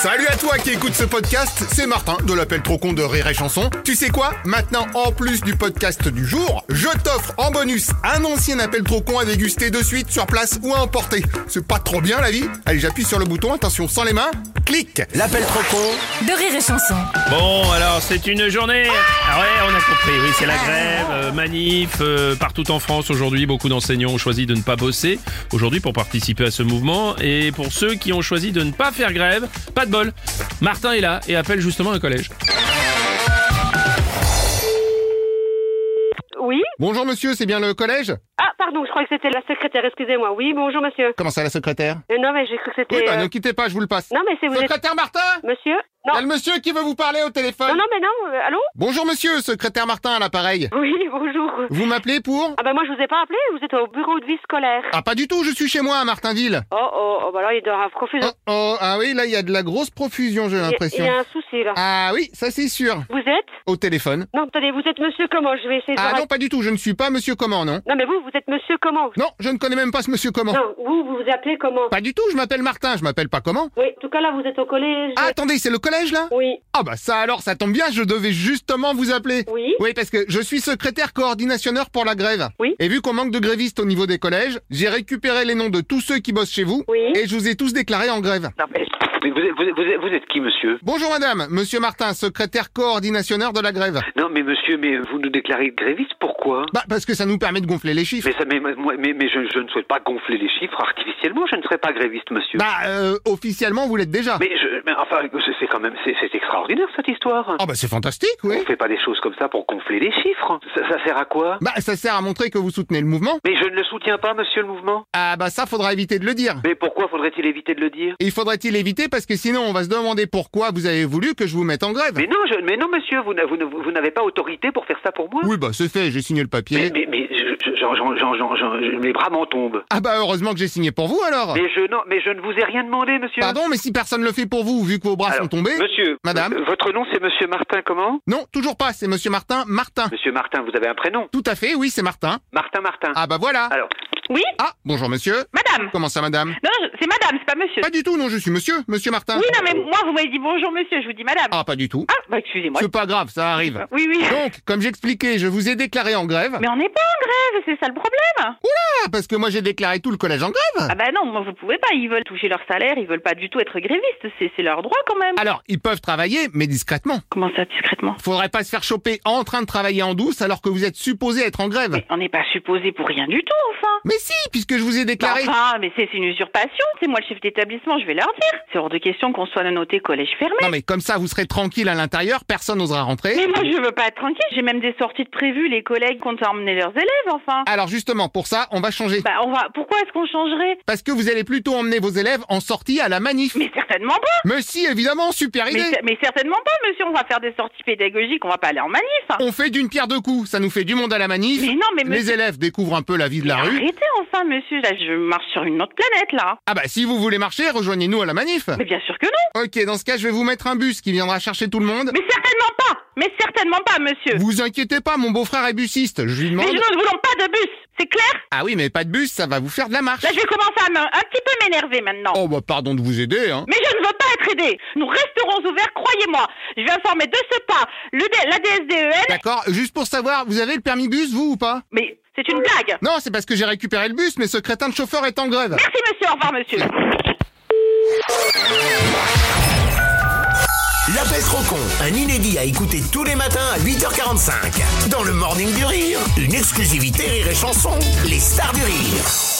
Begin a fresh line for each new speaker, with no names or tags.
Salut à toi qui écoute ce podcast, c'est Martin de l'appel trop con de Rire et Chanson. Tu sais quoi Maintenant, en plus du podcast du jour, je t'offre en bonus un ancien appel trop con à déguster de suite sur place ou à emporter. C'est pas trop bien la vie Allez, j'appuie sur le bouton, attention, sans les mains, clique
L'appel trop con
de rire et chanson.
Bon, alors c'est une journée. Ah ouais, on a compris. Oui, c'est la grève, euh, manif euh, partout en France aujourd'hui. Beaucoup d'enseignants ont choisi de ne pas bosser aujourd'hui pour participer à ce mouvement. Et pour ceux qui ont choisi de ne pas faire grève, pas de bol. Martin est là et appelle justement un collège.
Oui
Bonjour monsieur, c'est bien le collège
Ah, pardon, je croyais que c'était la secrétaire, excusez-moi. Oui, bonjour, monsieur.
Comment ça, la secrétaire
Euh, non, mais j'ai cru que c'était...
Oui, bah
euh,
ne quittez pas, je vous le passe.
Non, mais c'est vous êtes...
Secrétaire Martin
Monsieur
Il
Non,
y a le monsieur qui veut vous parler au téléphone.
non, non, mais non, euh, allô
Bonjour monsieur, secrétaire Martin à l'appareil.
Oui, bonjour.
Vous m'appelez pour
Ah ben moi, je vous ai pas appelé, vous êtes au bureau de vie scolaire.
Ah pas du tout, je suis chez moi à Martinville.
Oh, oh, oh, bah là, il doit y avoir
Oh,
confusion.
oh, ah oui, là il y a de la grosse profusion, j'ai
Il y a- il
l'impression.
y a un souci, là.
Ah oui, ça c'est sûr.
Vous êtes
Au téléphone.
Non, attendez, vous êtes monsieur comment Je vais essayer de...
Ah
voir-
non, pas du tout, je ne suis pas monsieur comment, non
non, mais vous, vous êtes monsieur comment
Non, je ne connais même pas ce monsieur comment.
Non, vous, vous vous appelez comment
Pas du tout, je m'appelle Martin, je m'appelle pas comment.
Oui, en tout cas, là, vous êtes au collège.
Ah, attendez, c'est le collège là
Oui,
Ah bah ça alors, ça tombe bien, je devais justement vous appeler.
oui.
Oui, parce que je suis secrétaire coordinationneur pour la grève.
Oui.
Et vu qu'on manque de grévistes au niveau des collèges, j'ai récupéré les noms de tous ceux qui bossent chez vous.
Oui.
Et je vous ai tous déclarés en grève.
Non, mais, mais vous, êtes- vous, êtes- vous êtes- vous êtes qui, monsieur
Bonjour madame, monsieur Martin, secrétaire coordinationneur de la grève.
Non, mais monsieur, mais vous nous déclarez gréviste, pourquoi
Bah parce que ça nous permet de gonfler les chiffres.
mais, ça, mais, moi- mais, mais je, je ne souhaite pas gonfler les chiffres artificiellement, je ne serai pas gréviste, monsieur.
Bah euh, officiellement vous l'êtes déjà.
Mais, je, mais enfin, c'est- c'est quand même, c'est c'est extraordinaire cette histoire.
Ah bah c'est fantastique, oui.
On fait pas des choses comme ça pour gonfler les chiffres. Ça, ça sert à quoi
Bah ça sert à montrer que vous soutenez le mouvement.
Mais je ne le soutiens pas, monsieur le mouvement.
Ah bah ça faudra éviter de le dire.
Mais pourquoi faudrait-il éviter de le dire
Et faudrait-il éviter parce que sinon on va se demander pourquoi vous avez voulu que je vous mette en grève.
Mais non, je, mais non, monsieur, vous, n'a- vous, ne- vous n'avez pas autorité pour faire ça pour moi.
Oui bah c'est fait, j'ai signé le
Mais,
papier.
mais, mais, je- je- j'en- j'en- j'en- j'en- j'en- je- mes bras m'en tombent.
Ah bah heureusement que j'ai signé pour vous alors.
Mais je, non, mais je ne vous ai rien demandé, monsieur.
Pardon, mais si personne le fait pour vous, vu que vos bras
Alors,
sont tombés.
Monsieur.
Madame.
v- Votre nom, c'est monsieur Martin, comment
Non, toujours pas, c'est monsieur Martin Martin.
Monsieur Martin, vous avez un prénom
Tout à fait, oui, c'est Martin.
Martin Martin.
Ah bah voilà.
Alors,
Oui,
Ah, bonjour monsieur.
madame.
Comment ça madame
Non, je- c'est madame, c'est pas monsieur.
Pas du tout, non, je suis monsieur, monsieur Martin.
Oui, non, mais
Euh,
moi, vous m'avez dit bonjour, monsieur, je vous dis madame.
Ah, pas du tout.
Ah, bah, excusez-moi.
C'est pas grave, ça arrive.
Oui, oui.
Donc, comme j'expliquais, je vous ai déclaré en grève.
Mais on n'est pas en grève, c'est ça le problème.
Ah, parce que moi j'ai déclaré tout le collège en grève.
Ah, bah non, moi, vous pouvez pas. Ils veulent toucher leur salaire, ils veulent pas du tout être grévistes. C'est c'est leur droit quand même.
Alors, ils peuvent travailler, mais discrètement.
Comment ça, discrètement
Faudrait pas se faire choper en train de travailler en douce alors que vous êtes supposé être en grève.
On n'est pas supposé pour rien du tout, enfin.
Mais si, puisque je vous ai
Bah,
déclaré.
Enfin, mais c'est c'est une usurpation. C'est moi le chef d'établissement, je vais leur dire. C'est hors de question qu'on soit noté collège fermé.
Non mais comme ça, vous serez tranquille à l'intérieur, personne n'osera rentrer.
Mais moi, je veux pas être tranquille. J'ai même des sorties de prévues. Les collègues comptent emmener leurs élèves, enfin.
Alors justement, pour ça, on va changer.
Bah, on va. Pourquoi est-ce qu'on changerait
Parce que vous allez plutôt emmener vos élèves en sortie à la manif.
Mais certainement pas.
Mais si, évidemment, super
Mais,
idée
cer- mais certainement pas, monsieur. On va faire des sorties pédagogiques, on va pas aller en manif. hein.
On fait d'une pierre deux coups, ça nous fait du monde à la manif.
Mais non, mais
Les
monsieur.
élèves découvrent un peu la vie de la rue.
Arrêtez enfin, monsieur. Là, je marche sur une autre planète, là.
Ah bah si vous voulez marcher, rejoignez-nous à la manif.
Mais bien sûr que non.
Ok, dans ce cas, je vais vous mettre un bus qui viendra chercher tout le monde.
Mais certainement pas. Mais certainement pas, monsieur.
Vous inquiétez pas, mon beau-frère est busiste. Je lui
Mais
demande.
nous ne voulons pas de bus. C'est clair
Ah oui, mais pas de bus, ça va vous faire de la marche.
Là, je vais commencer à me- un petit peu m'énerver maintenant.
Oh bah pardon de vous aider, hein.
Mais je ne veux pas être aidé. Nous resterons ouverts, croyez-moi. Je vais informer de ce pas le D- E la DSDEN.
D'accord, juste pour savoir, vous avez le permis bus, vous ou pas
Mais c'est une blague.
Non, c'est parce que j'ai récupéré le bus, mais ce crétin de chauffeur est en grève.
Merci, monsieur. Au revoir, monsieur.
L'appel trop con, un inédit à écouter tous les matins à 8h45. Dans le morning du rire, une exclusivité Rire et Chanson, les stars du rire.